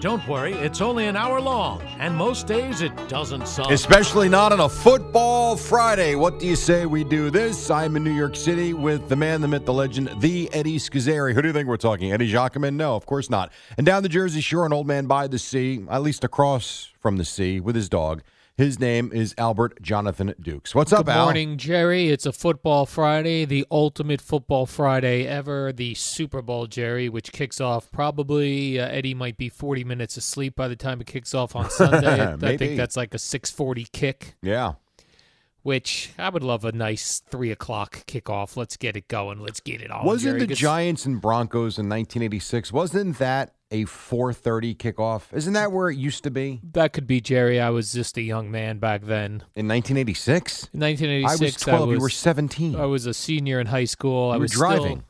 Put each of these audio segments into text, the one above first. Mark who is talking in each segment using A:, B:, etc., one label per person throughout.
A: Don't worry, it's only an hour long, and most days it doesn't suck.
B: Especially not on a football Friday. What do you say we do this? I'm in New York City with the man, the myth, the legend, the Eddie Scazzeri. Who do you think we're talking? Eddie Jacquemin? No, of course not. And down the Jersey Shore, an old man by the sea, at least across from the sea, with his dog. His name is Albert Jonathan Dukes. What's up,
C: Good
B: Al?
C: morning, Jerry. It's a football Friday, the ultimate football Friday ever, the Super Bowl, Jerry, which kicks off probably uh, Eddie might be 40 minutes asleep by the time it kicks off on Sunday. I
B: Maybe.
C: think that's like a 6:40 kick,
B: Yeah.
C: which I would love a nice three o'clock kickoff. Let's get it going. Let's get it on.
B: Wasn't
C: Jerry.
B: the
C: Gets-
B: Giants and Broncos in 1986, wasn't that a 4.30 kickoff? Isn't that where it used to be
C: That could be Jerry. I was just a young man back then.
B: in 1986?
C: In
B: I was
C: 1986,
B: 12. You were 17.
C: I was a senior in high school. I
B: You were
C: was
B: driving.
C: Still,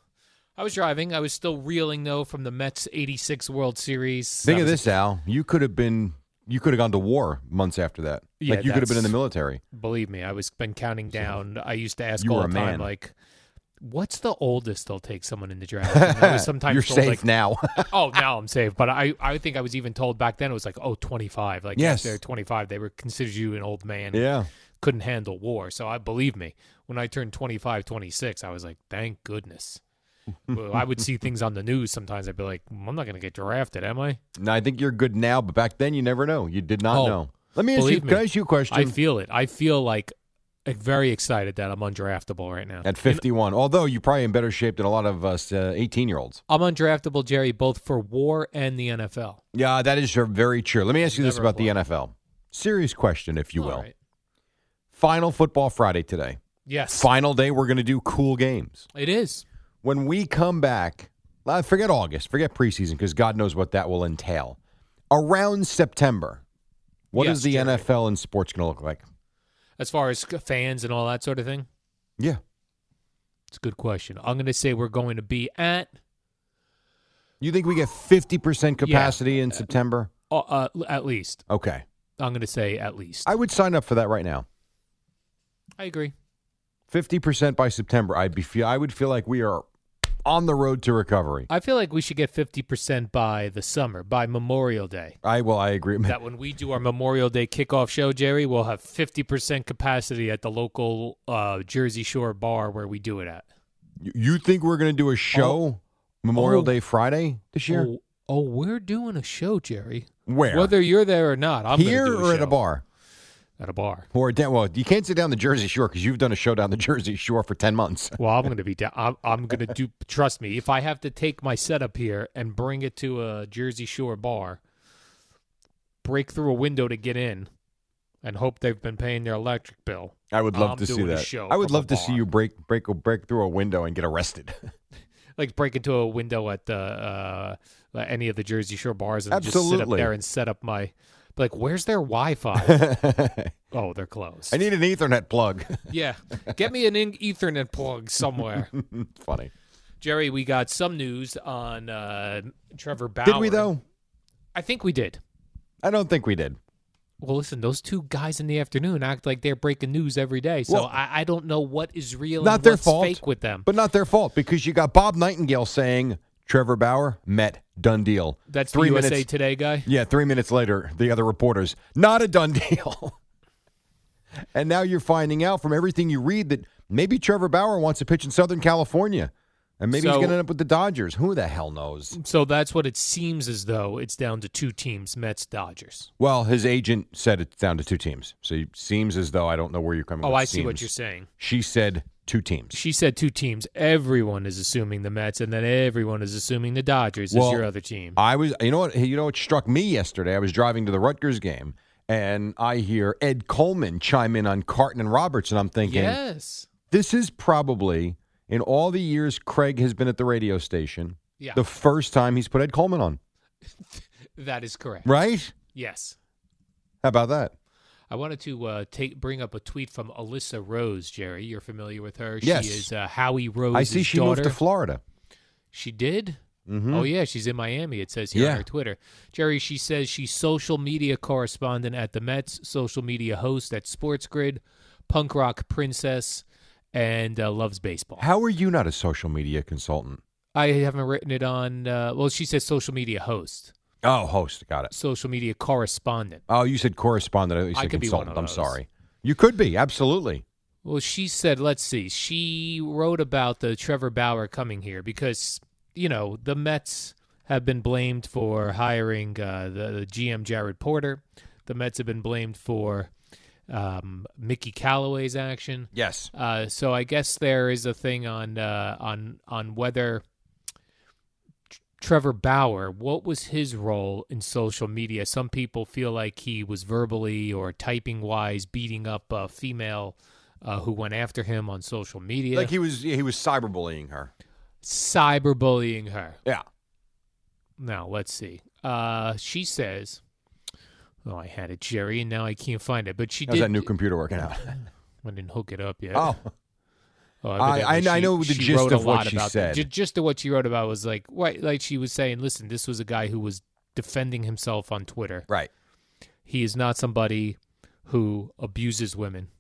C: I was driving. I was still reeling though from the Mets '86 World Series.
B: Think
C: That
B: of
C: was
B: this, Al. You could have been. You could have gone to war months after that.
C: Yeah,
B: like you could have been in
C: that's-
B: the military.
C: believe me, I was been counting down. I used to ask
B: You
C: all
B: were
C: the
B: a
C: time,
B: man.
C: like, "What's the oldest they'll take someone in the draft?" And I was sometimes
B: You're
C: told,
B: safe
C: like,
B: now.
C: "Oh, now I'm safe." But I, I think I was even told back then it was like, "Oh, 25." Like
B: Yes.
C: after 25, they were considered you an old man,
B: yeah.
C: couldn't handle war. So I believe me, when I turned 25, 26, I was like, "Thank goodness." Well, I would see things on the news sometimes. I'd be like, "I'm not going to get drafted, am I?"
B: No, I think you're good now, but back then you never know. You did not
C: Oh,
B: know. Let me ask you.
C: believe
B: Can
C: me,
B: I ask you a question?
C: I feel it. I feel like uh, very excited that I'm undraftable right now.
B: At 51, although you're probably in better shape than a lot of us uh, 18 year olds.
C: I'm undraftable, Jerry, both for war and the NFL.
B: Yeah, that is sure- very true. Let me ask you this
C: Never
B: about the NFL. Serious question, if you
C: All
B: will.
C: right.
B: Final football Friday today.
C: Yes.
B: Final day. We're going to do cool games.
C: It is.
B: when we come back, uh, forget August, forget preseason, because God knows what that will entail. Around September, what
C: Yes,
B: is the
C: Jerry.
B: NFL and sports going to look like?
C: As far as fans and all that sort of thing,
B: Yeah.
C: it's a good question. I'm going to say we're going to be at
B: You think we get 50% capacity in September?
C: uh, uh, at least.
B: Okay.
C: I'm going to say at least.
B: I would sign up for that right now.
C: I agree.
B: 50% by September, I'd be feel, I would feel like we are on the road to recovery.
C: I feel like we should get 50% by the summer, by Memorial Day.
B: I well, I agree.
C: That when we do our Memorial Day kickoff show, Jerry, we'll have 50% capacity at the local uh, Jersey Shore bar where we do it at.
B: You- You think we're going to do a show Memorial
C: Oh.
B: Day Friday this year?
C: Oh, oh, we're doing a show, Jerry.
B: Where?
C: Whether you're there or not, I'm gonna
B: Here
C: do a
B: or at
C: show.
B: a bar?
C: At a bar.
B: Or down, well, you can't sit down the Jersey Shore because you've done a show down the Jersey Shore for ten months.
C: Well, I'm going to be down. I'm, I'm going to do. Trust me, if I have to take my setup here and bring it to a Jersey Shore bar, break through a window to get in, and hope they've been paying their electric bill.
B: I would love
C: I'm
B: to see
C: doing a
B: that.
C: show
B: I would
C: from a
B: love to see
C: bar.
B: you break break break through a window and get arrested.
C: Like break into a window at uh, uh, any of the Jersey Shore bars and just sit up
B: Absolutely.
C: there and set up my. be Like, where's their Wi-Fi?
B: I
C: oh, they're closed.
B: need an Ethernet plug.
C: yeah, get me an in- Ethernet plug somewhere.
B: Funny.
C: Jerry, we got some news on uh, Trevor Bauer.
B: Did we though?
C: I think we did.
B: I don't think we did.
C: Well, listen, those two guys in the afternoon act like they're breaking news every day. So
B: Well,
C: I, I don't know what is real
B: Not
C: and
B: their
C: what's
B: fault.
C: fake with them.
B: But not their fault because you got Bob Nightingale saying Trevor Bauer met done deal.
C: That's
B: three
C: the USA
B: minutes.
C: Today guy.
B: yeah, three minutes later, the other reporters not a done deal. and now you're finding out from everything you read that maybe Trevor Bauer wants to pitch in Southern California. And maybe he's
C: So-
B: going to end up with the Dodgers. Who the hell knows?
C: So that's what it seems as though it's down to two teams: Mets, Dodgers.
B: Well, his agent said it's down to two teams. So it seems as though I don't know where you're coming
C: Oh,
B: with
C: I see what
B: seems.
C: you're saying.
B: She said two teams.
C: She said two teams. Everyone is assuming the Mets, and then everyone is assuming the Dodgers
B: Well,
C: is your other team.
B: I was, you know what, you know what struck me yesterday? I was driving to the Rutgers game, and I hear Ed Coleman chime in on Carton and Roberts, and I'm thinking,
C: yes.
B: this is probably in all the years Craig has been at the radio station,
C: Yeah.
B: the first time he's put Ed Coleman on.
C: that is correct.
B: Right?
C: Yes.
B: How about that?
C: I wanted to uh, take bring up a tweet from Alyssa Rose, Jerry. You're familiar with her.
B: Yes.
C: She is uh, Howie Rose's
B: I see she
C: daughter.
B: moved to Florida.
C: she did.
B: Mm-hmm.
C: Oh yeah, she's in Miami. It says here
B: Yeah.
C: on her Twitter, Jerry. She says she's social media correspondent at the Mets, social media host at Sports Grid, punk rock princess, and uh, loves baseball.
B: How are you not a social media consultant?
C: I haven't written it on. Uh, well, she says social media host,
B: Oh, host. Got it.
C: social media correspondent.
B: Oh, you said correspondent. I thought you
C: I
B: said
C: could be one
B: consultant.
C: of
B: I'm
C: those.
B: sorry. You could be. Absolutely.
C: Well, she said, let's see. She wrote about the Trevor Bauer coming here because, you know, the Mets have been blamed for hiring uh, the, the GM Jared Porter. The Mets have been blamed for um, Mickey Callaway's action.
B: Yes.
C: Uh, so I guess there is a thing on uh, on on whether Tr- Trevor Bauer, what was his role in social media? Some people feel like he was verbally or typing wise beating up a female uh, who went after him on social media,
B: Like he was he was cyberbullying her.
C: cyberbullying her.
B: Yeah.
C: Now let's see. Uh, she says, "Oh, I had it, Jerry, and now I can't find it." But she
B: How's
C: did.
B: that new computer working out?
C: I didn't hook it up yet.
B: Oh.
C: Oh,
B: I- I-
C: evidently
B: I
C: she-
B: know the
C: she
B: gist
C: wrote a
B: of what
C: lot
B: she
C: about
B: said.
C: that. Ju- Just of what she wrote about was like, what, like she was saying, listen, this was a guy who was defending himself on Twitter.
B: Right.
C: He is not somebody who abuses women.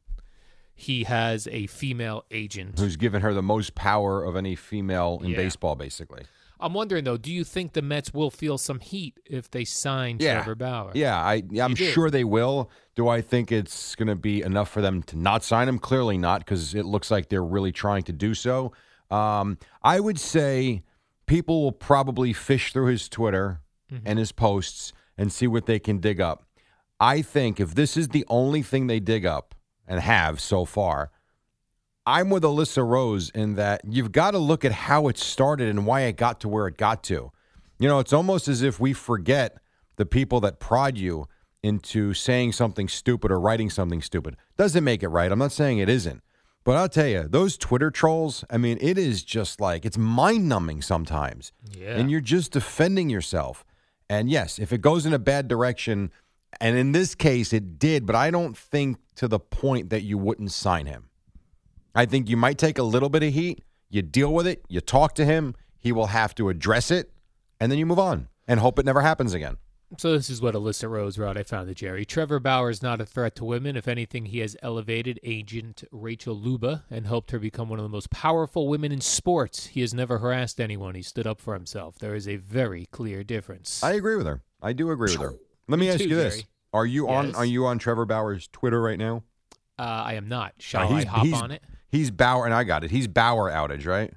C: He has a female agent.
B: Who's given her the most power of any female in
C: Yeah.
B: baseball, basically.
C: I'm wondering though, do you think the Mets will feel some heat if they sign
B: Yeah.
C: Trevor Bauer?
B: Yeah, I I'm
C: You do.
B: sure they will. Do I think it's going to be enough for them to not sign him? Clearly not, because it looks like they're really trying to do so. Um, I would say people will probably fish through his Twitter and his posts and see what they can dig up. I think if this is the only thing they dig up and have so far, I'm with Alyssa Rose in that you've got to look at how it started and why it got to where it got to. You know, it's almost as if we forget the people that prod you into saying something stupid or writing something stupid. Doesn't make it right. I'm not saying it isn't. But I'll tell you, those Twitter trolls, I mean, it is just like, it's mind numbing sometimes.
C: Yeah.
B: And you're just defending yourself. And yes, if it goes in a bad direction, and in this case it did, but I don't think to the point that you wouldn't sign him. I think you might take a little bit of heat, you deal with it, you talk to him, he will have to address it, and then you move on and hope it never happens again.
C: So this is what Alyssa Rose wrote. I found it, Jerry. Trevor Bauer is not a threat to women. If anything, he has elevated agent Rachel Luba and helped her become one of the most powerful women in sports. He has never harassed anyone. He stood up for himself. There is a very clear difference.
B: I agree with her. I do agree with her. Let me,
C: Me
B: ask
C: too,
B: you this.
C: Jerry.
B: Are you on
C: Yes.
B: are you on Trevor Bauer's Twitter right now?
C: uh, I am not. Shall
B: Uh,
C: I hop on it?
B: He's Bauer and I got it. He's Bauer outage, right?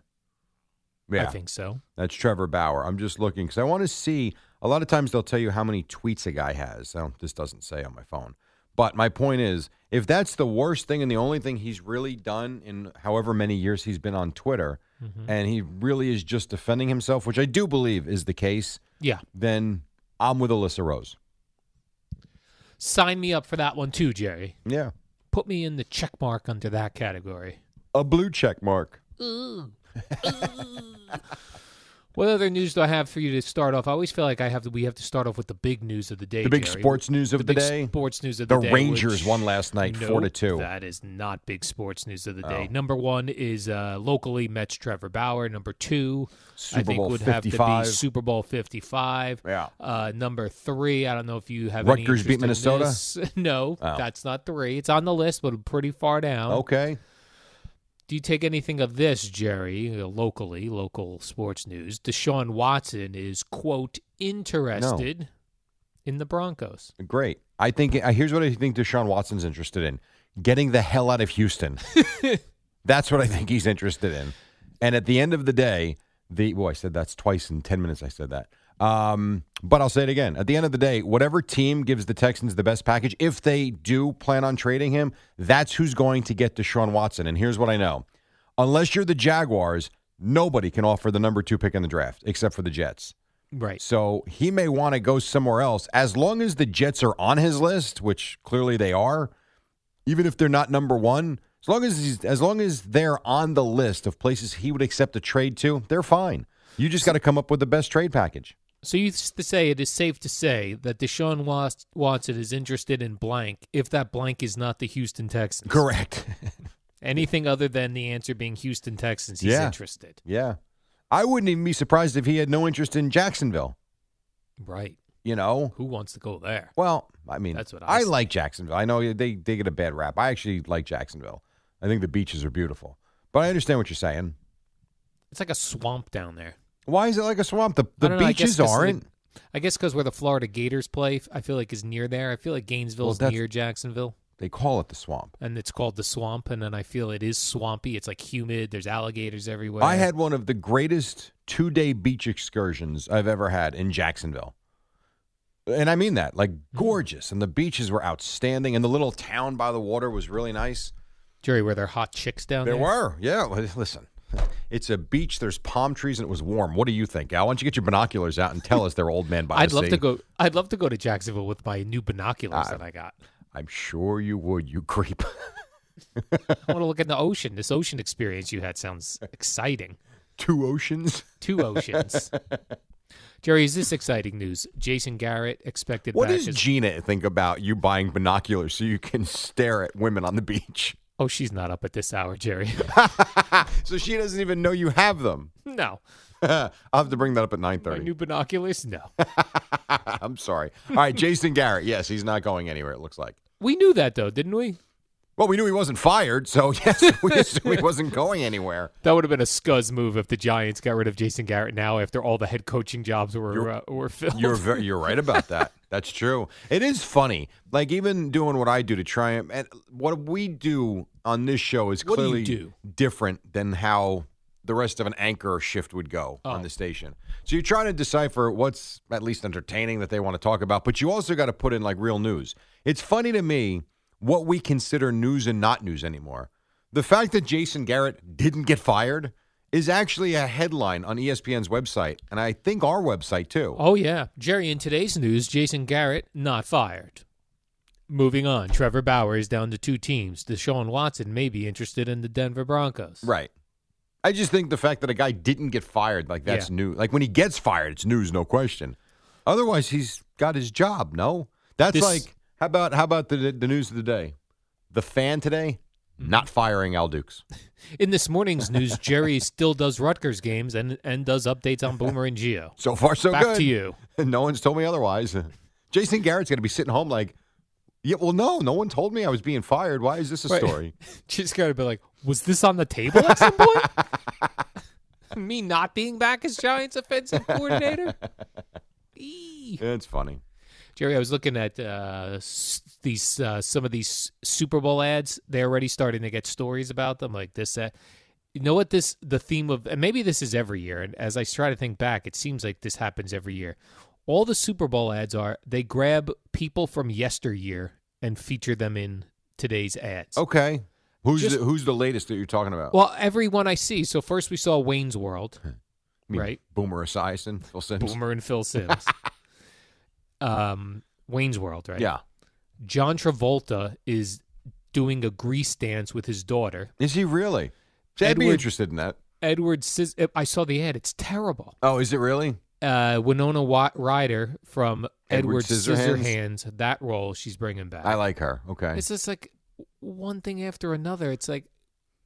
B: Yeah.
C: I think so.
B: That's Trevor Bauer. I'm just looking because I want to see. A lot of times they'll tell you how many tweets a guy has. So this doesn't say on my phone. But my point is, if that's the worst thing and the only thing he's really done in however many years he's been on Twitter,
C: Mm-hmm.
B: and he really is just defending himself, which I do believe is the case,
C: Yeah.
B: then I'm with Alyssa Rose.
C: Sign me up for that one too, Jerry.
B: Yeah,
C: Put me in the check mark under that category.
B: a blue check mark.
C: What other news do I have for you to start off? I always feel like I have to. We have to start off with the big news of the day.
B: The big
C: Jerry.
B: sports news of the,
C: big
B: day.
C: Sports news of
B: The
C: the, day.
B: Rangers
C: which-
B: won last night, four to
C: Nope,
B: two. Oh.
C: That is not big sports news of the day. Number one is uh, locally Mets Trevor Bauer. Number two, I
B: Super
C: think
B: Bowl
C: would have
B: 55.
C: to be Super Bowl Fifty Five.
B: Yeah.
C: Uh, number three, I don't know if you have any
B: Rutgers beat
C: interest in
B: Minnesota?
C: this. no,
B: Oh.
C: that's not three. It's on the list, but pretty far down.
B: Okay.
C: Do you take anything of this, Jerry? uh, Locally, local sports news. Deshaun Watson is quote interested in the Broncos.
B: Great. I think uh, here's what I think Deshaun Watson's interested in: getting the hell out of Houston. That's what I think he's interested in. And at the end of the day, the boy, I said that's twice in ten minutes. I said that. Um, but I'll say it again. At the end of the day, whatever team gives the Texans the best package, if they do plan on trading him, that's who's going to get Deshaun Watson. And here's what I know: unless you're the Jaguars, nobody can offer the number two pick in the draft except for the Jets.
C: Right.
B: So he may want to go somewhere else. As long as the Jets are on his list, which clearly they are, even if they're not number one, as long as he's, as long as they're on the list of places he would accept a trade to, they're fine. You just got to come up with the best trade package.
C: So you s- to say it is safe to say that Deshaun Wat- Watson is interested in blank if that blank is not the Houston Texans.
B: Correct.
C: Anything other than the answer being Houston Texans, he's
B: Yeah.
C: interested.
B: yeah, I wouldn't even be surprised if he had no interest in Jacksonville.
C: Right.
B: You know,
C: Who wants to go there?
B: well, I mean,
C: That's what I
B: I,
C: said.
B: like Jacksonville. I know they they get a bad rap. I actually like Jacksonville. I think the beaches are beautiful, but I understand what you're saying.
C: It's like a swamp down there.
B: Why is it like a swamp? The
C: I
B: the
C: don't know, I guess
B: beaches
C: 'cause of the-
B: aren't.
C: I guess because where the Florida Gators play, f- I feel like is near there. I feel like Gainesville's
B: that's-
C: near Jacksonville,
B: They call it the swamp.
C: and it's called the swamp. And then I feel it is swampy. It's like humid. There's alligators everywhere.
B: I had one of the greatest two day beach excursions I've ever had in Jacksonville. And I mean that, like
C: Hmm.
B: gorgeous. And the beaches were outstanding. And the little town by the water was really nice.
C: Jerry, were there hot chicks down
B: there
C: there?
B: were. Yeah. li- Listen, it's a beach. There's palm trees and it was warm. What do you think, Al? Why don't you get your binoculars out and tell us they're old man by the
C: I'd love
B: sea?
C: to go. I'd love to go to Jacksonville with my new binoculars that I got.
B: I'm sure you would, you creep.
C: I want to look at the ocean. This ocean experience you had sounds exciting.
B: Two oceans.
C: Two oceans. Jerry, is this exciting news? Jason Garrett expected
B: What
C: back
B: does
C: as-
B: Gina think about you buying binoculars so you can stare at women on the beach?
C: oh, she's not up at this hour, Jerry.
B: so she doesn't even know you have them.
C: no.
B: I'll have to bring that up at nine
C: My
B: thirty.
C: new binoculars? No.
B: I'm sorry. All right, Jason Garrett. Yes, he's not going anywhere. It looks like.
C: We knew that though, didn't we?
B: Well, we knew he wasn't fired, so yes, we assume he wasn't going anywhere.
C: That would have been a scuzz move if the Giants got rid of Jason Garrett now after all the head coaching jobs were uh, were filled.
B: You're very, you're right about that. That's true. It is funny. Like even doing what I do to try and, and what we do on this show is
C: What do you
B: clearly
C: do?
B: different than how the rest of an anchor shift would go
C: Oh.
B: on the station. So you're trying to decipher what's at least entertaining that they want to talk about, but you also got to put in like real news. It's funny to me what we consider news and not news anymore. The fact that Jason Garrett didn't get fired is actually a headline on E ESPN's website and I think our website too.
C: oh yeah, Jerry. In today's news, Jason Garrett not fired. Moving on, Trevor Bauer is down to two teams. Deshaun Watson may be interested in the Denver Broncos.
B: Right. I just think the fact that a guy didn't get fired, like that's
C: Yeah.
B: new. Like when he gets fired, it's news, no question. Otherwise, he's got his job. No, that's
C: This-
B: like how about how about the the news of the day? The fan today not firing Al Dukes.
C: In this morning's news, Jerry still does Rutgers games and and does updates on Boomer and Geo.
B: So far, so
C: Back
B: good.
C: to you.
B: No one's told me otherwise. Jason Garrett's going to be sitting home like, yeah, well, no, no one told me I was being fired. Why is this a
C: Right.
B: story?
C: She's got to be like, was this on the table at some point? Me not being back as Giants offensive coordinator? Eee.
B: it's funny.
C: Jerry, I was looking at uh, s- these uh, some of these Super Bowl ads. They're already starting to get stories about them, like this. That you know what this the theme of, and maybe this is every year. And as I try to think back, it seems like this happens every year. All the Super Bowl ads are they grab people from yesteryear and feature them in today's ads.
B: Okay, who's
C: Just-
B: the, who's the latest that you're talking about?
C: Well, everyone I see. So first we saw Wayne's World,
B: I mean,
C: right?
B: Boomer Esiason, Phil Sims.
C: Boomer and Phil Sims. um, Wayne's World, right?
B: Yeah,
C: John Travolta is doing a grease dance with his daughter.
B: Is he really? See, I'd be
C: Edward-
B: interested in that.
C: Edward, Cis- I saw the ad. It's terrible.
B: Oh, is it really?
C: Uh, Winona Wa- Ryder from
B: Edward
C: Edward,
B: Scissorhands?
C: Scissorhands. that role she's bringing back.
B: I like her. Okay.
C: It's just like one thing after another. It's like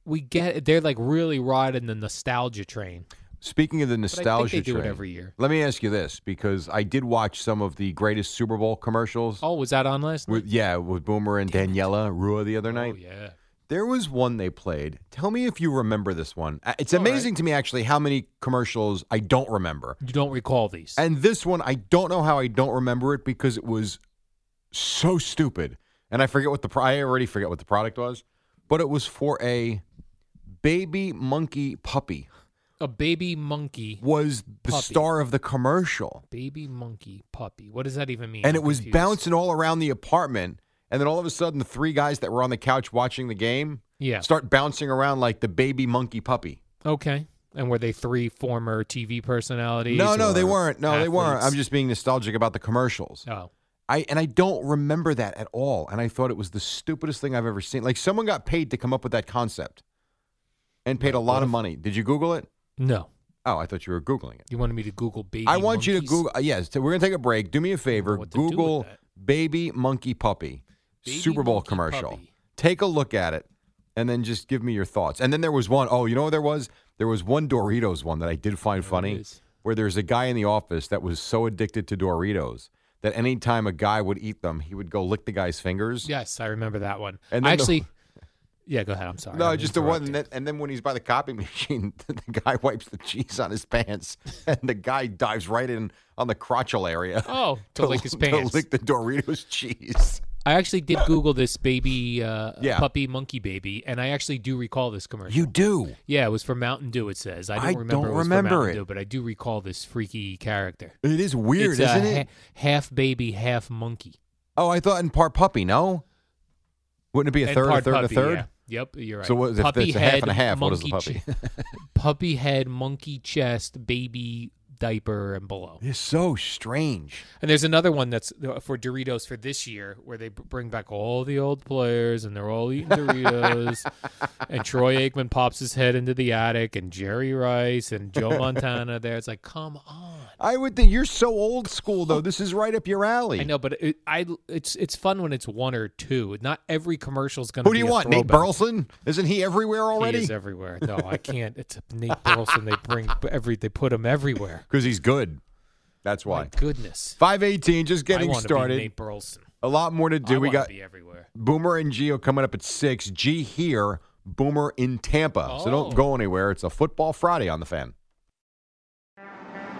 C: we get they're like really riding the nostalgia train.
B: Speaking of the
C: But I
B: nostalgia
C: think they do
B: train,
C: it every year.
B: let me ask you this because I did watch some of the greatest Super Bowl commercials.
C: Oh, was that on last night?
B: With, yeah, with Boomer and Daniela Rua the other night.
C: Oh yeah.
B: There was one they played. Tell me if you remember this one. Uh, It's
C: All right.
B: amazing to me actually how many commercials I don't remember.
C: You don't recall these.
B: And this one, I don't know how I don't remember it because it was so stupid. And I forget what the pro- I already forget what the product was, but it was for a baby monkey puppy.
C: a baby monkey.
B: was the
C: Puppy.
B: star of the commercial.
C: Baby monkey puppy. What does that even mean?
B: and
C: I'm
B: it was
C: confused.
B: bouncing all around the apartment. And then all of a sudden, the three guys that were on the couch watching the game
C: Yeah.
B: start bouncing around like the baby monkey puppy.
C: Okay. And were they three former TV personalities?
B: No, no, they
C: or
B: weren't. No, they weren't. I'm
C: athletes?
B: just being nostalgic about the commercials.
C: Oh,
B: I and I don't remember that at all. And I thought it was the stupidest thing I've ever seen. Like someone got paid to come up with that concept, and paid a lot of money. Did you Google it?
C: no.
B: Oh, I thought you were googling it.
C: You wanted me to Google baby.
B: I want you to
C: monkeys?
B: Google. uh, yes, so we're gonna take a break. Do me a favor.
C: know what to do with
B: Google
C: that.
B: baby monkey puppy
C: Baby
B: Super Bowl
C: monkey
B: commercial.
C: puppy.
B: Take a look at it, and then just give me your thoughts. And then there was one oh you know what there was? There was one Doritos one that I did find funny,
C: is.
B: where there's a guy in the office that was so addicted to Doritos that anytime a guy would eat them, he would go lick the guy's fingers.
C: Yes, I remember that one.
B: And
C: I
B: then the-
C: actually, yeah, go ahead. I'm sorry.
B: No,
C: I'm
B: just the one,
C: interrupting.
B: that, and then when he's by the copy machine, the guy wipes the cheese on his pants, and the guy dives right in on the crotchal area.
C: Oh, to, lick his pants.
B: lick the Doritos cheese.
C: I actually did Google this baby uh,
B: Yeah.
C: puppy monkey baby, and I actually do recall this commercial.
B: do.
C: yeah, it was for Mountain Dew. It says I don't
B: I
C: remember.
B: don't
C: it was for
B: remember
C: Mountain
B: it.
C: Dew, but I do recall this freaky character.
B: It is weird,
C: it's
B: isn't
C: a
B: it?
C: ha- half baby, half monkey.
B: Oh, I thought in part puppy. No, wouldn't it be a
C: And
B: third, a
C: part
B: third,
C: puppy,
B: a third?
C: yeah. Yep, you're right.
B: So what is- if
C: puppy
B: it's a half
C: head,
B: and a half, what is the
C: monkey
B: puppy?
C: che- puppy head, monkey chest, baby diaper, and below.
B: It's so strange.
C: And there's another one that's uh, for Doritos for this year, where they b- bring back all the old players, and they're all eating Doritos. and Troy Aikman pops his head into the attic, and Jerry Rice and Joe Montana. There, it's like, come on.
B: I would think you're so old school though. This is right up your alley.
C: I know, but it, I it's it's fun when it's one or two. Not every commercial's going to.
B: Who do you want? Nate Burleson? Isn't he everywhere
C: He
B: already?
C: is everywhere. No, I can't. It's Nate Burleson. They bring every. They put him everywhere.
B: Because he's good. That's
C: My
B: why.
C: goodness.
B: Five eighteen. Just
C: I
B: getting
C: wanna
B: started.
C: Be Nate Burleson.
B: A lot more to do.
C: I
B: we
C: wanna
B: got
C: be everywhere.
B: Boomer and Geo coming up at six. G here. Boomer in Tampa. So don't
C: Oh.
B: go anywhere. It's a football Friday on the fan.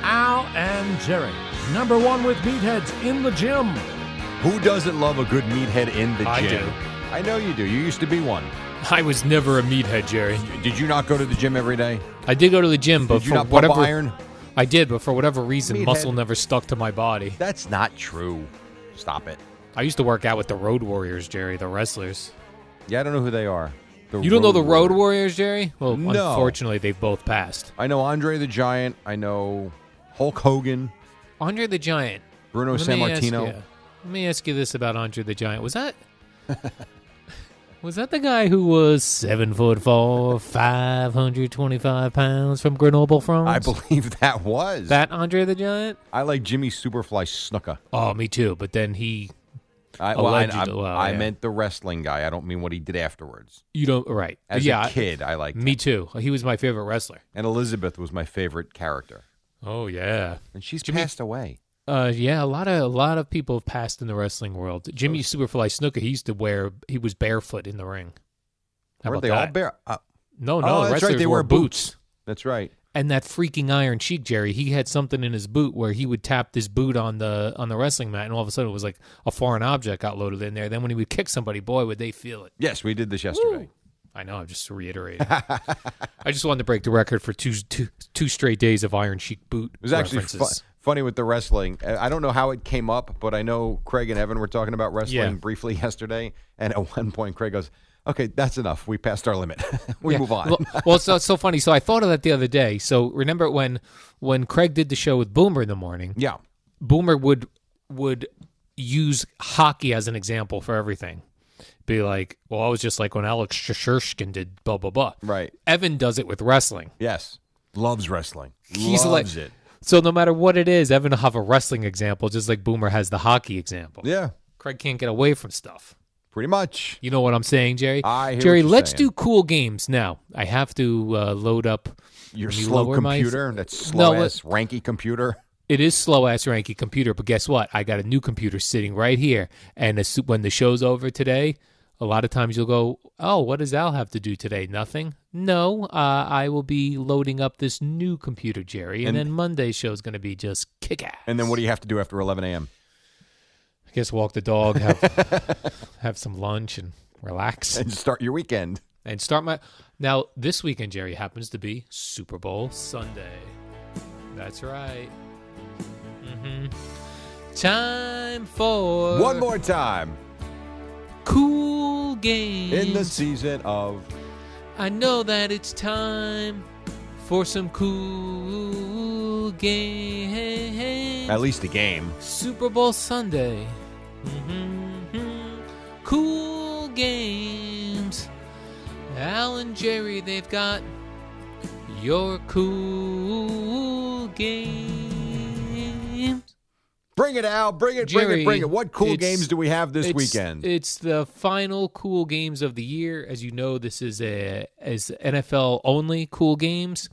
A: Al and Jerry, number one with meatheads in the gym.
B: Who doesn't love a good meathead in the
C: I
B: gym?
C: do.
B: I know you do. You used to be one.
C: I was never a meathead, Jerry.
B: Did you not go to the gym every day?
C: I did go to the gym, but
B: Did you
C: for
B: not pump
C: whatever
B: iron?
C: I did, but for whatever reason,
B: Meathead.
C: muscle never stuck to my body.
B: That's not true. Stop it.
C: I used to work out with the Road Warriors, Jerry, the wrestlers.
B: Yeah, I don't know who they are. The
C: you don't know the Road
B: Warriors.
C: Warriors, Jerry? Well,
B: No.
C: unfortunately, they've both passed.
B: I know Andre the Giant. I know Hulk Hogan,
C: Andre the Giant.
B: Bruno
C: let
B: San
C: me
B: Martino.
C: Ask you, let me ask you this about Andre the Giant. Was that was that the guy who was seven foot four, five hundred twenty five pounds from Grenoble, France?
B: I believe that was.
C: that Andre the Giant.
B: I like Jimmy Superfly Snuka.
C: Oh, me too. But then he,
B: I, well, I, I,
C: Alleged- well,
B: I
C: yeah.
B: meant the wrestling guy. I don't mean what he did afterwards.
C: you don't right.
B: As
C: yeah,
B: a kid, I liked
C: me
B: him.
C: too. He was my favorite wrestler.
B: And Elizabeth was my favorite character.
C: Oh yeah,
B: And she's
C: Jimmy-
B: passed away.
C: uh, yeah. A lot of a lot of people have passed in the wrestling world. Jimmy Superfly Snooker. He used to wear. He was barefoot in the ring. How
B: Weren't
C: about
B: they
C: that?
B: all bare? Uh,
C: No,
B: Oh,
C: no.
B: that's right,
C: wrestlers
B: they
C: wore
B: wear boots.
C: boots.
B: that's right.
C: and that freaking Iron Cheek Jerry, he had something in his boot where he would tap this boot on the on the wrestling mat, and all of a sudden it was like a foreign object got loaded in there. Then when he would kick somebody, boy, would they feel it!
B: Yes, we did this yesterday.
C: I know, I'm just reiterating. I just wanted to break the record for two two two straight days of Iron Cheek boot
B: It was actually fu-
C: references.
B: funny with the wrestling. Uh, I I don't know how it came up, but I know Craig and Evan were talking about wrestling
C: Yeah.
B: briefly yesterday. And at one point, Craig goes, Okay, that's enough. We passed our limit. we
C: Yeah.
B: move on.
C: Well, well, so it's so funny. So I thought of that the other day. So remember when when Craig did the show with Boomer in the morning?
B: yeah.
C: Boomer would would use hockey as an example for everything. Be like, well, I was just like when Alex Shashurkin did blah blah blah.
B: Right.
C: Evan does it with wrestling.
B: Yes. Loves wrestling.
C: He's
B: Loves
C: like-
B: it.
C: So no matter what it is, Evan will have a wrestling example, just like Boomer has the hockey example.
B: Yeah.
C: Craig can't get away from stuff.
B: Pretty much.
C: You know what I'm saying, Jerry?
B: I hear what
C: Jerry,
B: you're
C: let's
B: saying.
C: do cool games now. I have to uh, load up.
B: Your
C: Let me
B: slow
C: lower my-
B: computer, that slow
C: No, it-
B: ass ranky computer.
C: It is slow ass ranky computer, but guess what? I got a new computer sitting right here, and as, soo- when the show's over today, a lot of times you'll go, "Oh, what does Al have to do today? Nothing." No, uh, I will be loading up this new computer, Jerry, and,
B: And-
C: then Monday's show's going to be just kick ass.
B: And then what do you have to do after 11 a.m.?
C: I guess walk the dog, have have some lunch, and relax,
B: And start your weekend.
C: and start my. Now this weekend, Jerry happens to be Super Bowl Sunday. That's right. hmm Time for
B: One more time
C: cool games.
B: in the season of
C: I know that it's time for some cool games.
B: at least a game.
C: Super Bowl Sunday. Mhm. Cool games. Al and Jerry, they've got your cool games.
B: Bring it out. Bring it, bring it,
C: Jerry,
B: bring it. What cool
C: it's-
B: games do we have this
C: it's-
B: weekend?
C: It's the final cool games of the year. As you know, this is a as NFL only cool games.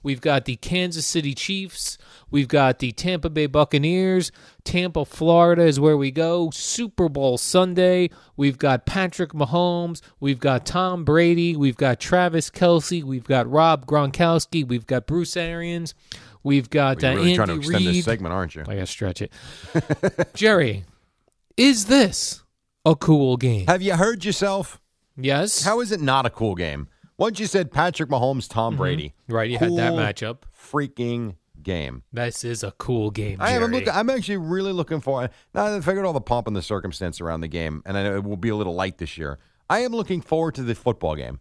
C: We've got the Kansas City Chiefs. We've got the Tampa Bay Buccaneers. Tampa, Florida is where we go. Super Bowl Sunday. We've got Patrick Mahomes. We've got Tom Brady. We've got Travis Kelsey. We've got Rob Gronkowski. We've got Bruce Arians. We've got
B: You're
C: uh,
B: really
C: Andy
B: trying to extend
C: Reid.
B: this segment, aren't you?
C: I gotta stretch it. Jerry, is this a cool game?
B: Have you heard yourself?
C: Yes.
B: How is it not a cool game? Once you said Patrick Mahomes, Tom
C: Mm-hmm.
B: Brady,
C: right, you had that
B: Cool
C: matchup.
B: freaking game.
C: This is a cool game.
B: I haven't
C: Jerry.
B: looked. I'm actually really looking forward. Now that I figured all the pomp and the circumstance around the game, and I know it will be a little light this year. I am looking forward to the football game.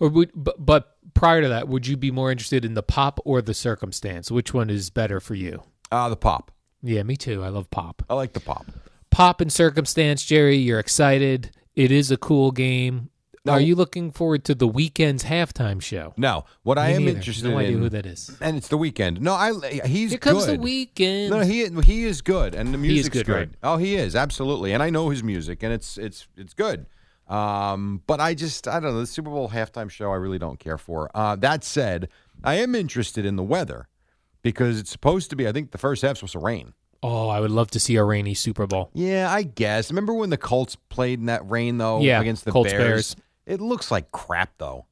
C: Or would, but, but prior to that, would you be more interested in the pop or the circumstance? Which one is better for you?
B: Ah, the pop.
C: Yeah, me too. I love pop.
B: I like the pop.
C: Pop and circumstance, Jerry. You're excited. It is a cool game.
B: No.
C: Are you looking forward to the weekend's halftime show?
B: No, what I
C: Me
B: am
C: neither.
B: interested
C: no
B: in,
C: idea who that is.
B: and it's the weekend. No, I he's
C: Here comes
B: good.
C: the weekend.
B: No, he he is good, and the
C: He is
B: music's
C: good, right?
B: Oh, he is absolutely, and I know his music, and it's it's it's good. Um, but I just I don't know the Super Bowl halftime show. I really don't care for. Uh, that said, I am interested in the weather because it's supposed to be. I think the first half's supposed to rain.
C: oh, I would love to see a rainy Super Bowl.
B: Yeah, I guess. Remember when the Colts played in that rain though?
C: Yeah,
B: against the
C: Colts,
B: Bears.
C: Bears.
B: It looks like crap though.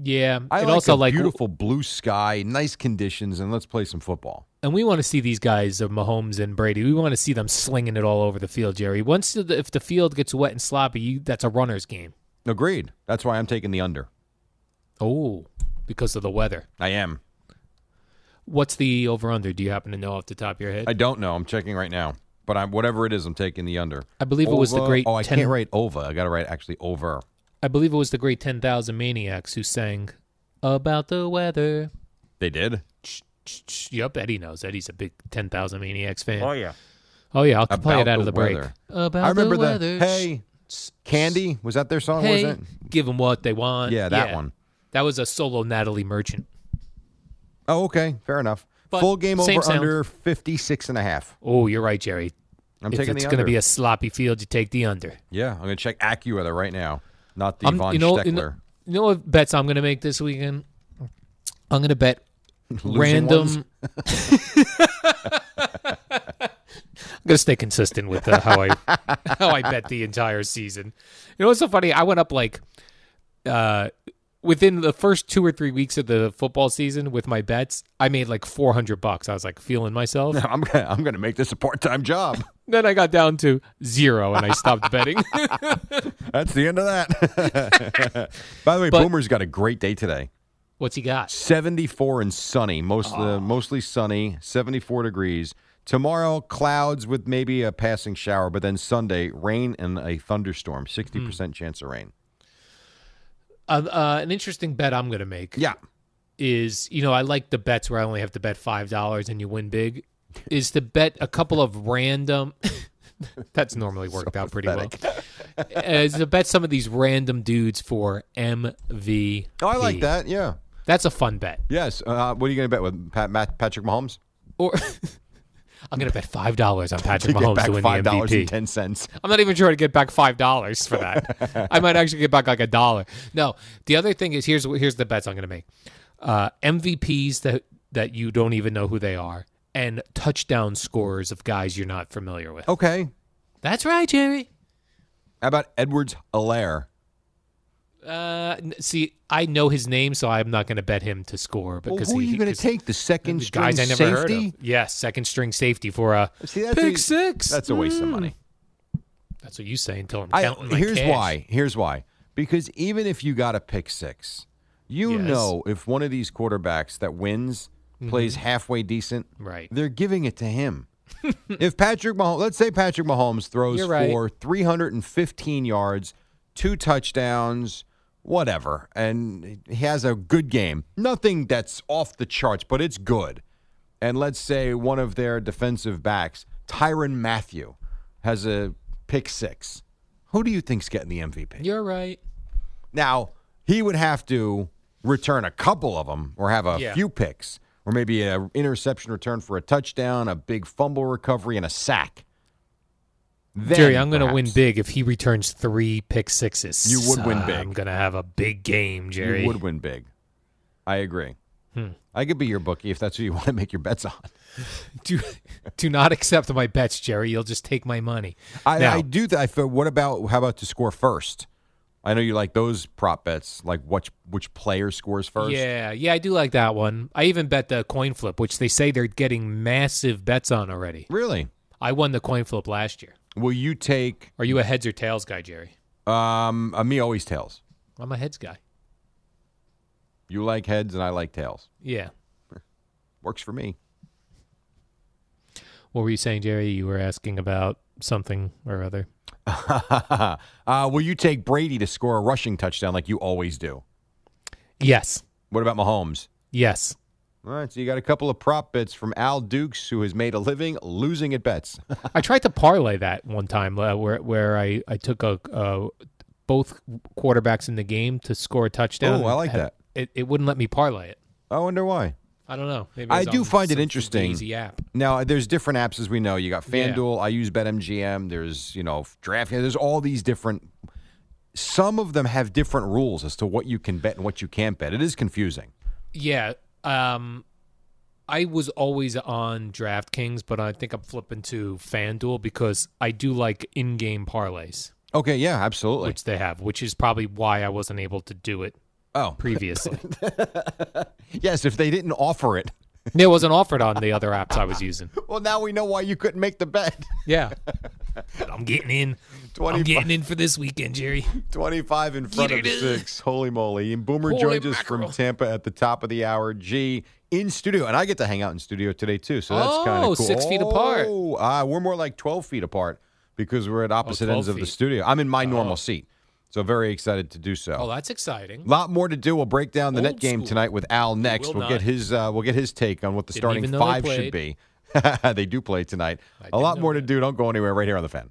C: Yeah,
B: I
C: it
B: like a
C: also like
B: beautiful blue sky, nice conditions, and let's play some football.
C: and we want to see these guys of Mahomes and Brady. We want to see them slinging it all over the field, Jerry. Once the, if the field gets wet and sloppy, you, that's a runner's game.
B: Agreed. That's why I'm taking the under.
C: Oh, because of the weather.
B: I am.
C: What's the over under? Do you happen to know off the top of your head?
B: I don't know. I'm checking right now. But I'm whatever it is, I'm taking the under.
C: I believe it was the
B: Over-
C: great
B: Oh, I
C: ten-
B: can't write over. I got to write actually over.
C: I believe it was the great ten thousand maniacs who sang about the weather.
B: They did.
C: Ch- ch- ch- Yep, Eddie knows. Eddie's a big ten thousand maniacs fan. Oh,
B: yeah.
C: yeah, I'll play it
B: About
C: out
B: the
C: of the break.
B: weather.
C: About
B: I remember
C: the
B: the,
C: weather.
B: hey Candy was that their song?
C: hey,
B: Was it?
C: give them what they want.
B: Yeah, that one.
C: That was a solo Natalie Merchant.
B: Oh, okay, fair enough.
C: But
B: Full game
C: same
B: over
C: sound.
B: under 56 and a half.
C: Oh, you're right, Jerry.
B: I'm
C: if
B: taking
C: it's
B: the
C: going
B: under.
C: to be a sloppy field, you take the under.
B: yeah, I'm going to check AccuWeather right now. Not the
C: I'm-
B: Von
C: you know, you know,
B: Steckler.
C: you know what bets I'm going to make this weekend? I'm going to bet
B: Losing
C: random.
B: ones?
C: I'm going to stay consistent with uh, how I how I bet the entire season. You know what's so funny? I went up like uh, within the first two or three weeks of the football season with my bets. I made like 400 bucks. I was like feeling myself.
B: I'm gonna, I'm going to make this a part-time job.
C: Then I got down to zero and I stopped betting.
B: That's the end of that. By the way,
C: But-
B: Boomer's got a great day today.
C: What's he got?
B: 74 and sunny, most
C: Ah.
B: uh, mostly sunny, 74 degrees. Tomorrow, clouds with maybe a passing shower, but then Sunday, rain and a thunderstorm,
C: Hmm.
B: 60% chance of rain.
C: Uh, uh, an interesting bet I'm going to make
B: Yeah.
C: is, you know, I like the bets where I only have to bet five dollars and you win big. Is to bet a couple of random. that's normally worked out pretty well. Is to bet some of these random dudes for MV.
B: Oh, I like that. Yeah.
C: That's a fun bet.
B: Yes. Uh, what are you going to bet with Pat, Matt, Patrick Mahomes?
C: Or I'm going to bet five dollars on
B: to
C: Patrick
B: get
C: Mahomes
B: back
C: to win the
B: five dollars
C: MVP.
B: and ten cents.
C: I'm not even sure I'd get back five dollars for that. I might actually get back like a dollar. No, the other thing is here's here's the bets I'm going to make: uh, MVPs that that you don't even know who they are, and touchdown scorers of guys you're not familiar with.
B: Okay.
C: That's right, Jerry.
B: How about Edwards Alaire?
C: Uh, n- see, I know his name, so I'm not going to bet him to score
B: Well,
C: because
B: who are
C: he-
B: you going to
C: 'cause
B: take? The second
C: the
B: string
C: guys I never
B: safety?
C: heard of. Yes, second string safety for a
B: See, that's
C: pick
B: a-
C: six.
B: That's a waste of
C: Mm.
B: money.
C: That's what you say until I'm
B: I-
C: counting my
B: here's
C: cash.
B: why. Here's why. Because even if you got a pick six, you
C: Yes. Mm-hmm.
B: know if one of these quarterbacks that wins plays halfway decent,
C: Right.
B: they're giving it to him. if Patrick Mahomes, let's say Patrick Mahomes throws
C: You're right.
B: for 315 yards, two touchdowns, whatever, and he has a good game. Nothing that's off the charts, but it's good. And let's say one of their defensive backs, Tyron Matthew, has a pick six. Who do you think's getting the MVP?
C: You're right.
B: Now, he would have to return a couple of them or have a
C: Yeah.
B: few picks or maybe an interception return for a touchdown, a big fumble recovery, and a sack. Then,
C: Jerry, I'm going to win
B: perhaps,
C: big if he returns three pick sixes.
B: You would win
C: Uh,
B: big.
C: I'm going to have a big game, Jerry. Hmm.
B: You would win big. I agree. I could be your bookie if that's who you want to make your bets on.
C: Do, do not accept my bets, Jerry. You'll just take my money.
B: I,
C: Now-
B: I do that. I feel, what about how about to score first? I know you like those prop bets, like which which player scores first.
C: Yeah, yeah, I do like that one. I even bet the coin flip, which they say they're getting massive bets on already.
B: Really?
C: I won the coin flip last year.
B: Will you take
C: Are you a heads or tails guy, Jerry?
B: um a me always tails?
C: I'm a heads guy.
B: You like heads and I like tails.
C: Yeah.
B: Works for me.
C: What were you saying, Jerry? You were asking about something or other.
B: uh, will you take Brady to score a rushing touchdown like you always do?
C: Yes.
B: What about Mahomes?
C: Yes.
B: All right, so you got a couple of prop bets from Al Dukes, who has made a living losing at bets.
C: I tried to parlay that one time uh, where where I, I took a, uh both quarterbacks in the game to score a touchdown.
B: Oh, I like
C: And
B: that.
C: It, it wouldn't let me parlay it.
B: I wonder why.
C: I don't know. Maybe it
B: I
C: was
B: do
C: on
B: find it
C: some
B: interesting.
C: Easy app.
B: Now, there's different apps as we know. You got
C: Yeah.
B: FanDuel. I use BetMGM. There's you know Draft. There's all these different. Some of them have different rules as to what you can bet and what you can't bet. It is confusing.
C: Yeah. Um, I was always on DraftKings, but I think I'm flipping to FanDuel because I do like in-game parlays,
B: Okay, yeah, absolutely.
C: which they have, which is probably why I wasn't able to do it
B: oh,
C: previously.
B: yes, if they didn't offer it,
C: it wasn't offered on the other apps I was using.
B: well, now we know why you couldn't make the bet.
C: Yeah. I'm getting in. I'm
B: 25.
C: getting in for this weekend, Jerry.
B: 25 in front of
C: Get it in.
B: six. Holy moly. And Boomer
C: Holy
B: joins us
C: mackerel.
B: from Tampa at the top of the hour. G in studio. And I get to hang out in studio today, too. So that's kind
C: Oh,
B: of cool.
C: six feet apart.
B: Oh, uh, we're more like 12 feet apart because we're at opposite
C: 12
B: ends of the
C: feet.
B: studio. I'm in my normal seat. So very excited to do so.
C: Oh, that's exciting.
B: lot more to do. We'll break down the net
C: Old
B: game
C: school.
B: tonight with Al next.
C: will
B: We'll get
C: not.
B: his uh, we'll get his take on what the
C: Didn't
B: starting
C: even know they
B: five should
C: played.
B: be. they do play tonight.
C: I
B: A
C: didn't
B: lot
C: know
B: more to
C: that.
B: do. Don't go anywhere. Right here on the fan.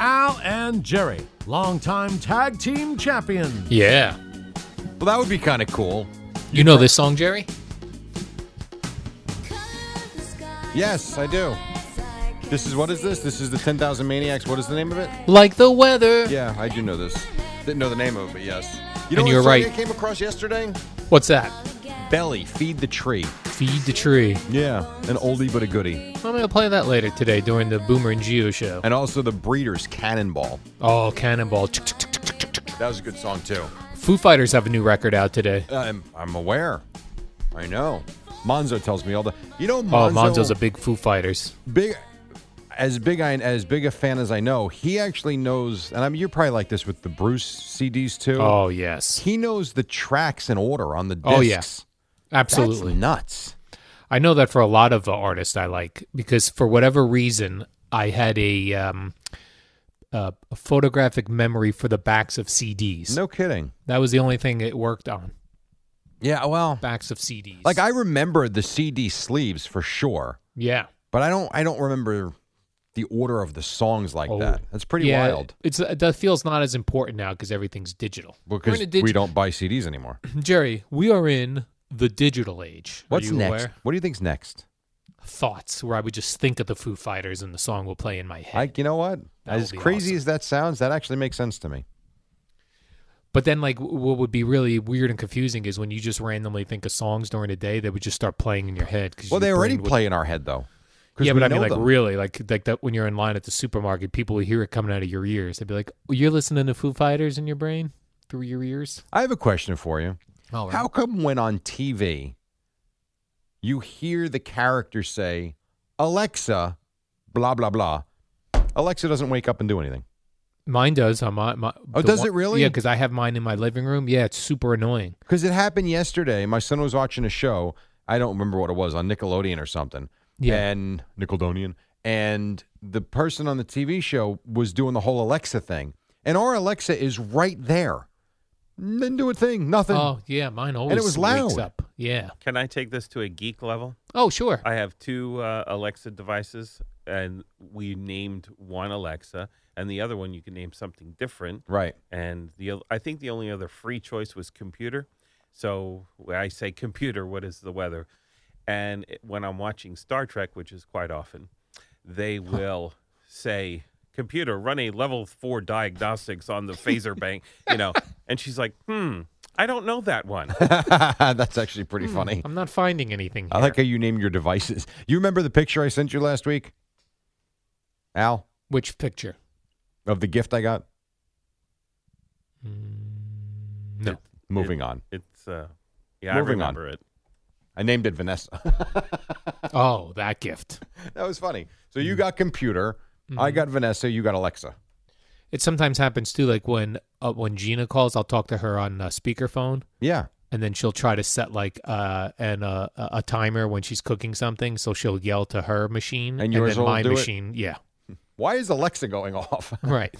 A: Al and Jerry, longtime tag team champions.
C: Yeah.
B: Well, that would be kind of cool.
C: You know this song, Jerry?
B: Yes, I do. This is what is this? This is the Ten Thousand Maniacs. What is the name of it?
C: Like the weather.
B: Yeah, I do know this. Didn't know the name of it, but yes. You
C: And
B: know what
C: you're
B: song
C: right.
B: I came across yesterday?
C: What's that?
B: Belly, feed the tree.
C: Feed the tree.
B: Yeah, an oldie but a goodie.
C: I'm going to play that later today during the Boomer and Geo show.
B: And also the Breeders' Cannonball.
C: Oh, Cannonball.
B: That was a good song too. Uh,
C: Foo Fighters have a new record out today.
B: I'm, I'm aware. I know. Monzo tells me all the. You know,
C: Oh,
B: Monzo,
C: Monzo's a big Foo Fighters.
B: big as big I, as big a fan as I know. He actually knows, and I mean, you're probably like this with the Bruce CDs too.
C: Oh, yes.
B: He knows the tracks in order on the discs.
C: Oh, yeah.
B: That's
C: Absolutely.
B: nuts.
C: I know that for a lot of uh, artists I like because for whatever reason I had a um, uh, a photographic memory for the backs of CDs.
B: No kidding.
C: That was the only thing it worked on.
B: Yeah, well,
C: Backs of CDs.
B: like I remember the CD sleeves for sure,
C: yeah.
B: but I don't I don't remember the order of the songs like
C: Oh.
B: that. That's pretty
C: yeah,
B: wild.
C: It's uh, that feels not as important now because everything's digital. We're
B: Because
C: in a dig-
B: we don't buy CDs anymore.
C: Jerry, we are in the digital age. Are
B: What's
C: you
B: next?
C: aware?
B: What do you think's next?
C: Thoughts, where I would just think of the Foo Fighters and the song will play in my head.
B: Like you know what?
C: That
B: as
C: would be
B: crazy
C: awesome.
B: as that sounds, that actually makes sense to me.
C: But then, like, w- what would be really weird and confusing is when you just randomly think of songs during the day that would just start playing in your head. 'cause
B: Well,
C: your
B: they already
C: brain would-
B: play in our head though. 'Cause
C: Yeah,
B: we
C: but I
B: know
C: mean, like,
B: them.
C: really, like, like that when you're in line at the supermarket, people will hear it coming out of your ears. They'd be like, "Oh, "You're listening to Foo Fighters in your brain through your ears."
B: I have a question for you.
C: All right.
B: How come when on TV you hear the character say, Alexa, blah, blah, blah, Alexa doesn't wake up and do anything?
C: Mine does on my. my
B: Oh,
C: the
B: does
C: one-
B: it really?
C: Yeah, because I have mine in my living room. Yeah, it's super annoying.
B: Because it happened yesterday. My son was watching a show. I don't remember what it was on Nickelodeon or something.
C: Yeah.
B: And Nickelodeon. And the person on the TV show was doing the whole Alexa thing. And our Alexa is right there. Didn't do a thing, nothing.
C: Oh yeah, mine always
B: was
C: wakes
B: loud.
C: up. Yeah.
D: Can I take this to a geek level?
C: Oh sure.
D: I have two uh, Alexa devices, and we named one Alexa, and the other one you can name something different.
B: Right.
D: And the oth- I think the only other free choice was computer. So when I say computer, what is the weather? And it- when I'm watching Star Trek, which is quite often, they will say, "Computer, run a level four diagnostics on the phaser bank," you know. And she's like, "Hmm, I don't know that one."
B: That's actually pretty
C: Hmm.
B: funny.
C: I'm not finding anything.
B: I
C: here.
B: like how you name your devices. You remember the picture I sent you last week, Al,
C: Which picture?
B: of the gift I got?
C: Mm, No.
B: Moving on.
D: It's uh, yeah, I
B: Moving on.
D: remember it.
B: I named it Vanessa.
C: oh, that gift.
B: that was funny. So
C: Mm.
B: you got computer,
C: Mm-hmm.
B: I got Vanessa, you got Alexa.
C: It sometimes happens too. Like when uh, when Gina calls, I'll talk to her on uh, speakerphone,
B: Yeah.
C: and then she'll try to set like uh an uh, a a timer when she's cooking something, so she'll yell to her machine,
B: And yours
C: then
B: will
C: my
B: do it?
C: machine. Yeah.
B: Why is Alexa going off?
C: Right.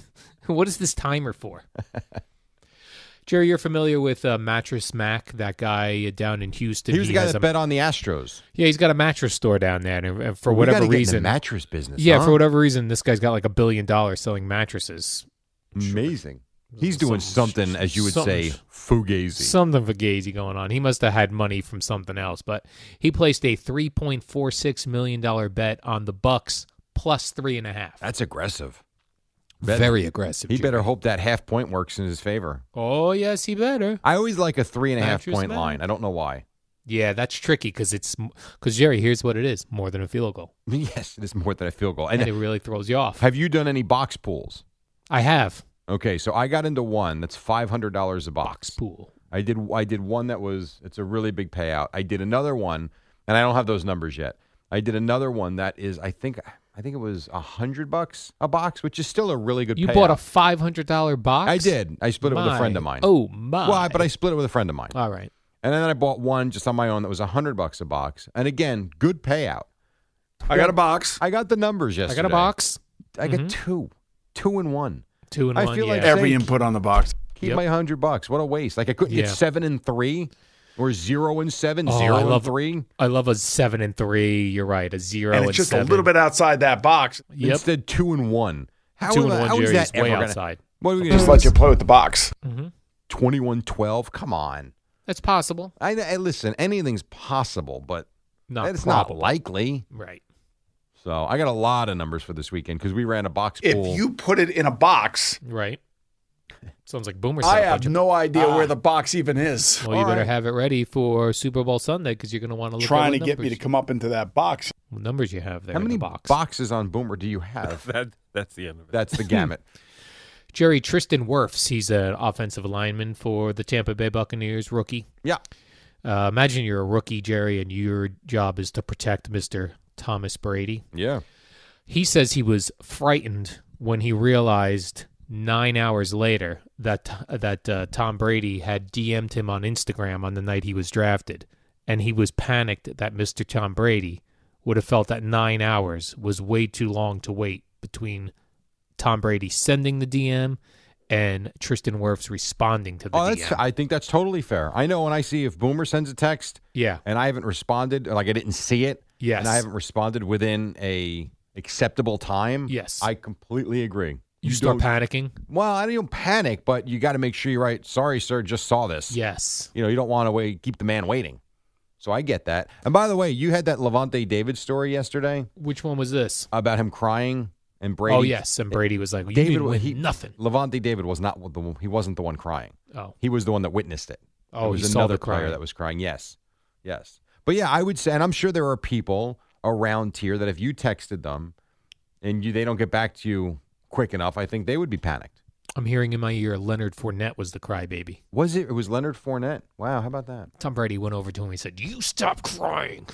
C: What is this timer for? Jerry, you're familiar with uh, Mattress Mac, that guy down in Houston.
B: he was the guy
C: has
B: that
C: a-
B: bet on the Astros.
C: Yeah, he's got a mattress store down there, and uh, for
B: We
C: whatever
B: gotta get in the
C: reason,
B: mattress business.
C: yeah,
B: huh?
C: for whatever reason, this guy's got like a billion dollars selling mattresses.
B: amazing. He's doing
C: Something-
B: something, as you would say,
C: something-
B: fugazi.
C: Something fugazi going on. He must have had money from something else, but he placed a three point four six million dollar bet on the Bucks plus three and a half.
B: That's aggressive.
C: very aggressive.
B: He
C: Jerry.
B: better hope that half point works in his favor.
C: Oh yes, he better.
B: I always like a three and a half
C: Mattress
B: point
C: man.
B: line. I don't know why.
C: Yeah, that's tricky because it's because Jerry. Here's what it is: more than a field goal,
B: Yes, it is more than a field goal.
C: and
B: And
C: it really throws you off.
B: have you done any box pools?
C: I have
B: Okay, so I got into one that's five hundred dollars a box.
C: pool.
B: I did I did one that was it's a really big payout. I did another one, and I don't have those numbers yet. I did another one that is I think I think it was a hundred bucks a box, which is still a really good.
C: You
B: payout.
C: bought a five hundred dollar box.
B: I did. I split it with a friend of
C: My-
B: mine.
C: Oh my!
B: well, I- but I split it with a friend of mine,
C: All right.
B: and then I bought one just on my own that was a hundred bucks a box, and again, good payout.
D: I got a box.
B: I got the numbers
C: I
B: yesterday.
C: got a box.
B: I got two, two and one.
C: Two and
B: I
C: one.
B: feel
C: yeah.
B: like
E: Every
B: Say-
E: input on the box.
B: Keep
C: Yep.
B: my hundred bucks. What a waste! Like I couldn't
C: Yeah.
B: get seven and three, or zero and seven,
C: Oh,
B: zero
C: I love-
B: and three.
C: I love a seven and three. You're right. A zero
E: And
C: and,
E: it's just
C: seven.
E: a little bit outside that box.
C: Yep.
B: Instead, two and one. How
C: Two
B: am I-
C: and
B: how
C: one.
B: is
C: Jerry
B: that
C: is way
B: ever gonna-
C: outside.
B: What are we
E: Just
B: gonna
E: let you
B: do?
E: play with the box.
B: Twenty-one, twelve. Come on.
C: Mm-hmm. That's possible.
B: I, I listen. Anything's possible, but
C: Not
B: it's
C: probable.
B: not likely.
C: Right.
B: So I got a lot of numbers for this weekend because we ran a box
E: If
B: pool.
E: you put it in a box,
C: Right. Sounds like boomer.
E: I
C: stuff,
E: have
C: don't
E: no idea where
B: Ah,
E: the box even is.
C: you? Well, you better have it ready for Super Bowl Sunday because you're going to want to look
E: Trying
C: at
E: to
C: what
E: get me to
C: numbers-
E: come up into that box.
C: what numbers you have there.
B: how
C: in the
B: many
C: box?
B: boxes on Boomer do you have?
D: That that's the end of it.
B: That's the gamut.
C: Jerry Tristan Wirfs. He's an offensive lineman for the Tampa Bay Buccaneers rookie.
B: yeah.
C: Uh, imagine you're a rookie, Jerry, and your job is to protect Mr. Thomas Brady.
B: Yeah.
C: He says he was frightened when he realized nine hours later that that uh, Tom Brady had DM'd him on Instagram on the night he was drafted and he was panicked that Mr. Tom Brady would have felt that nine hours was way too long to wait between Tom Brady sending the DM and Tristan Wirfs responding to the
B: Oh,
C: DM.
B: that's, I think that's totally fair. I know when I see if Boomer sends a text,
C: Yeah.
B: and I haven't responded, or like I didn't see it,
C: Yes.
B: and I haven't responded within a acceptable time,
C: Yes.
B: I completely agree.
C: You start
B: don't-
C: panicking.
B: Well, I don't panic, but you got to make sure you're right. Sorry, sir, just saw this.
C: Yes.
B: You know, you don't want to wait, keep the man waiting. So I get that. And by the way, you had that Levante David story yesterday
C: Which one was this?
B: about him crying and Brady.
C: Oh yes, and Brady was like, "You
B: David,
C: didn't win
B: he,
C: nothing."
B: Levante David was not the one, he wasn't the one crying.
C: Oh,
B: He was the one that witnessed it.
C: Oh,
B: it was
C: he saw
B: another
C: the
B: player
C: crying.
B: that was crying. Yes, yes. But yeah, I would say, and I'm sure there are people around here that if you texted them and you they don't get back to you quick enough, I think they would be panicked.
C: I'm hearing in my ear Leonard Fournette was the crybaby.
B: Was it? It was Leonard Fournette. Wow, how about that?
C: Tom Brady went over to him and said, "You stop crying,"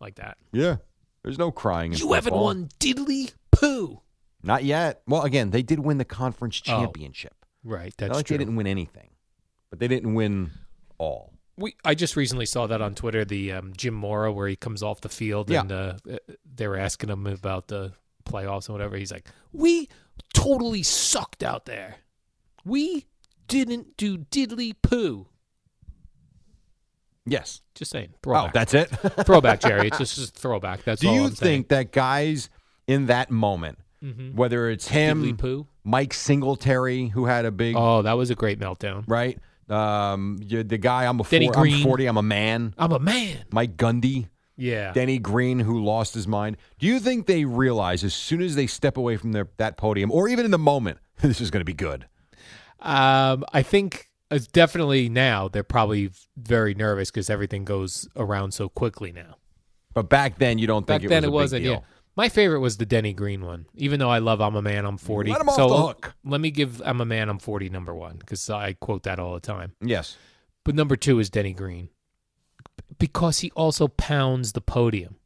C: like that.
B: Yeah, there's no crying. In
C: You haven't
B: football.
C: won diddly poo.
B: Not yet. Well, again, they did win the conference
C: Oh,
B: championship.
C: Right,
B: Not
C: that's
B: like
C: true.
B: They didn't win anything, but they didn't win all.
C: We I just recently saw that on Twitter the um, Jim Mora where he comes off the field
B: Yeah.
C: and uh, they were asking him about the playoffs and whatever. He's like, "We totally sucked out there. We didn't do diddly poo."
B: Yes.
C: Just saying.
B: Oh,
C: Throwback.
B: that's it.
C: throwback, Jerry. It's just, just throwback. That's
B: Do
C: all
B: you
C: I'm
B: think that guys in that moment,
C: Mhm.
B: whether it's
C: saying.
B: him,
C: Diddly poo?
B: Mike Singletary, who had a big
C: Oh, that was a great meltdown.
B: right, um, you- the guy I'm a
C: Denny
B: four, I'm
C: Green.
B: forty, I'm a man,
C: I'm a man.
B: Mike Gundy,
C: Yeah.
B: Denny Green, who lost his mind. Do you think they realize as soon as they step away from their, that podium, or even in the moment, this is going to be good?
C: Um, I think uh, definitely now they're probably very nervous because everything goes around so quickly now.
B: But back then, you don't
C: Back
B: think it
C: then
B: was a
C: it
B: big
C: wasn't.
B: deal.
C: Yeah. My favorite was the Denny Green one. Even though I love "I'm a Man, I'm 40,"
B: Let him off
C: so
B: the
C: l-
B: hook.
C: let me give "I'm a Man, I'm 40" number one because I quote that all the time.
B: Yes.
C: But number two is Denny Green B- because he also pounds the podium.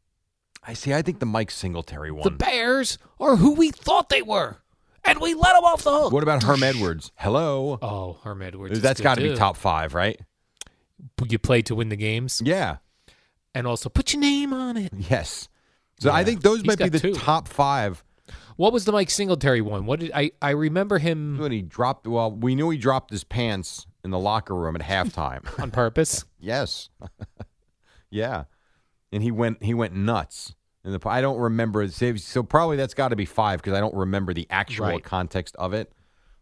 B: I see. I think the Mike Singletary
C: The
B: one.
C: Bears are who we thought they were, and we let them off the hook.
B: what about Herm Edwards? Hello.
C: Oh, Herm Edwards. is
B: That's
C: good,
B: got to be
C: too.
B: top five, right?
C: You play to win the games,
B: Yeah.
C: and also put your name on it.
B: Yes. So I
C: Yeah.
B: think those
C: He's
B: might be
C: got
B: the
C: two.
B: top five.
C: What was the Mike Singletary one? What did I? I remember him
B: When he dropped, well, we knew he dropped his pants in the locker room at halftime.
C: on purpose.
B: yes. yeah. And he went he went nuts. And the I don't remember so- so probably that's got to be 5 because I don't remember the actual
C: Right.
B: context of it.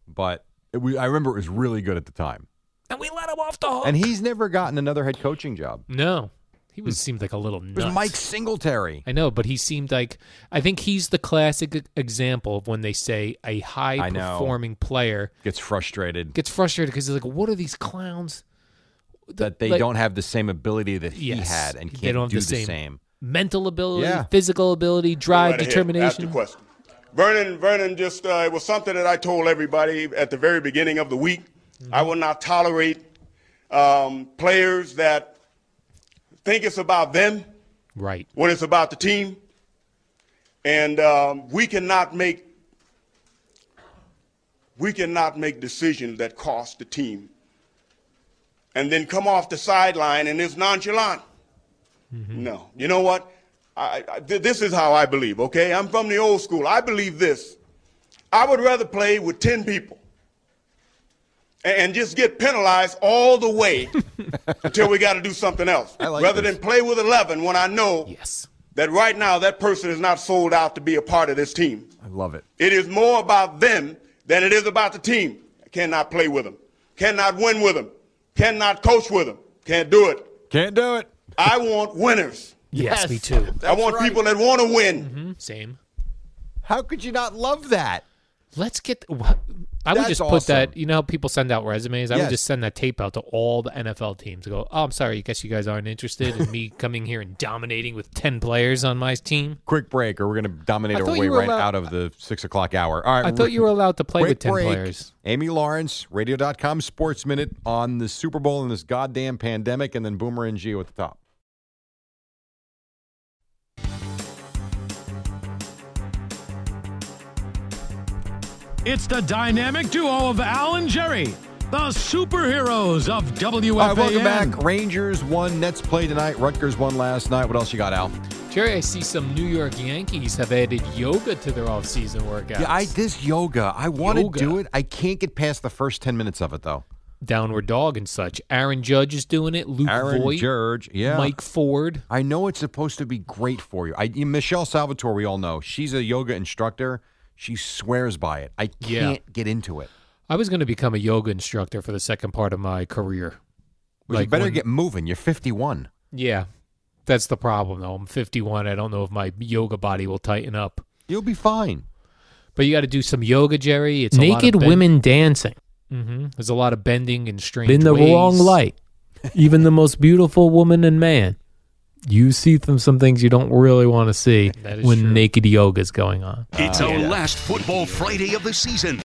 B: But it, we, I remember it was really good at the time.
C: and we let him off the hook.
B: And he's never gotten another head coaching job.
C: no, he was seemed like a little
B: Hmm. It was
C: nuts.
B: Mike Singletary.
C: I know, but he seemed like I think he's the classic e- example of when they say a high
B: I know.
C: performing player
B: Gets frustrated
C: gets frustrated because he's like, "What are these clowns?"
B: that they
C: like-
B: don't have the same ability that he
C: Yes.
B: had and
C: They
B: can't
C: don't have
B: do
C: the same-
B: same.
C: Mental ability,
B: Yeah.
C: physical ability, drive,
F: right ahead. Ask the
C: determination.
F: question. Vernon, Vernon, just uh, it was something that I told everybody at the very beginning of the week. I
C: Mm-hmm.
F: will not tolerate um, players that think it's about them
C: Right.
F: when it's about the team, and um, we cannot make we cannot make decisions that cost the team, and then come off the sideline and it's nonchalant. No. You know what? I, I, th- this is how I believe, okay? I'm from the old school. I believe this. I would rather play with 10 people a- and, just get penalized all the way until we got to do something else
B: I like
F: rather
B: this.
F: than play with 11 when I know
C: Yes.
F: that right now that person is not sold out to be a part of this team.
B: I love it.
F: It is more about them than it is about the team. Cannot play with them. Cannot win with them. Cannot coach with them. Can't do it.
B: Can't do it.
F: I want winners.
C: yes. me too.
F: I want people that want to win.
C: Same.
B: How could you not love that?
C: Let's get. wha- I would
B: That's
C: just put that.
B: awesome.
C: You know, how people send out resumes. I
B: Yes.
C: would just send that tape out to all the NFL teams. Go. Oh, I'm sorry. I guess you guys aren't interested in me coming here and dominating with ten players on my team.
B: Quick break, or we're going to dominate
C: I
B: our
C: thought
B: way
C: you were
B: right
C: allowed-
B: out of the six o'clock hour. All right.
C: I thought you were allowed to play
B: quick
C: with ten
B: break.
C: players.
B: Amy Lawrence, radio.com Sports Minute on the Super Bowl and this goddamn pandemic, and then Boomer and Geo at the top.
A: It's the dynamic duo of Al and Jerry, The superheroes of WFAN.
B: All right, welcome back. Rangers won. Nets play tonight. Rutgers won last night. What else you got, Al?
C: Jerry, I see some New York Yankees have added yoga to their offseason workouts.
B: Yeah, I this yoga. I want to
C: Yoga.
B: do it. I can't get past the first ten minutes of it though.
C: Downward dog and such. Aaron Judge is doing it. Luke
B: Aaron
C: Voigt.
B: George, yeah,
C: Mike Ford.
B: I know it's supposed to be great for you. I, Michelle Salvatore, we all know she's a yoga instructor. She swears by it. I can't
C: Yeah.
B: get into it.
C: I was going to become a yoga instructor for the second part of my career.
B: Well, you better
C: when-
B: get moving. You're 51.
C: Yeah, that's the problem though. I'm 51. I don't know if my yoga body will tighten up.
B: You'll be fine.
C: But you got to do some yoga, Jerry. It's
G: Naked
C: a lot of bend-
G: women dancing
C: Mhm. There's a lot of bending and strange.
G: in the
C: ways.
G: wrong light. Even the most beautiful woman and man, you see them some things you don't really want to see
C: That is
G: when
C: true.
G: naked yoga is going on.
H: It's our last football Friday of the season.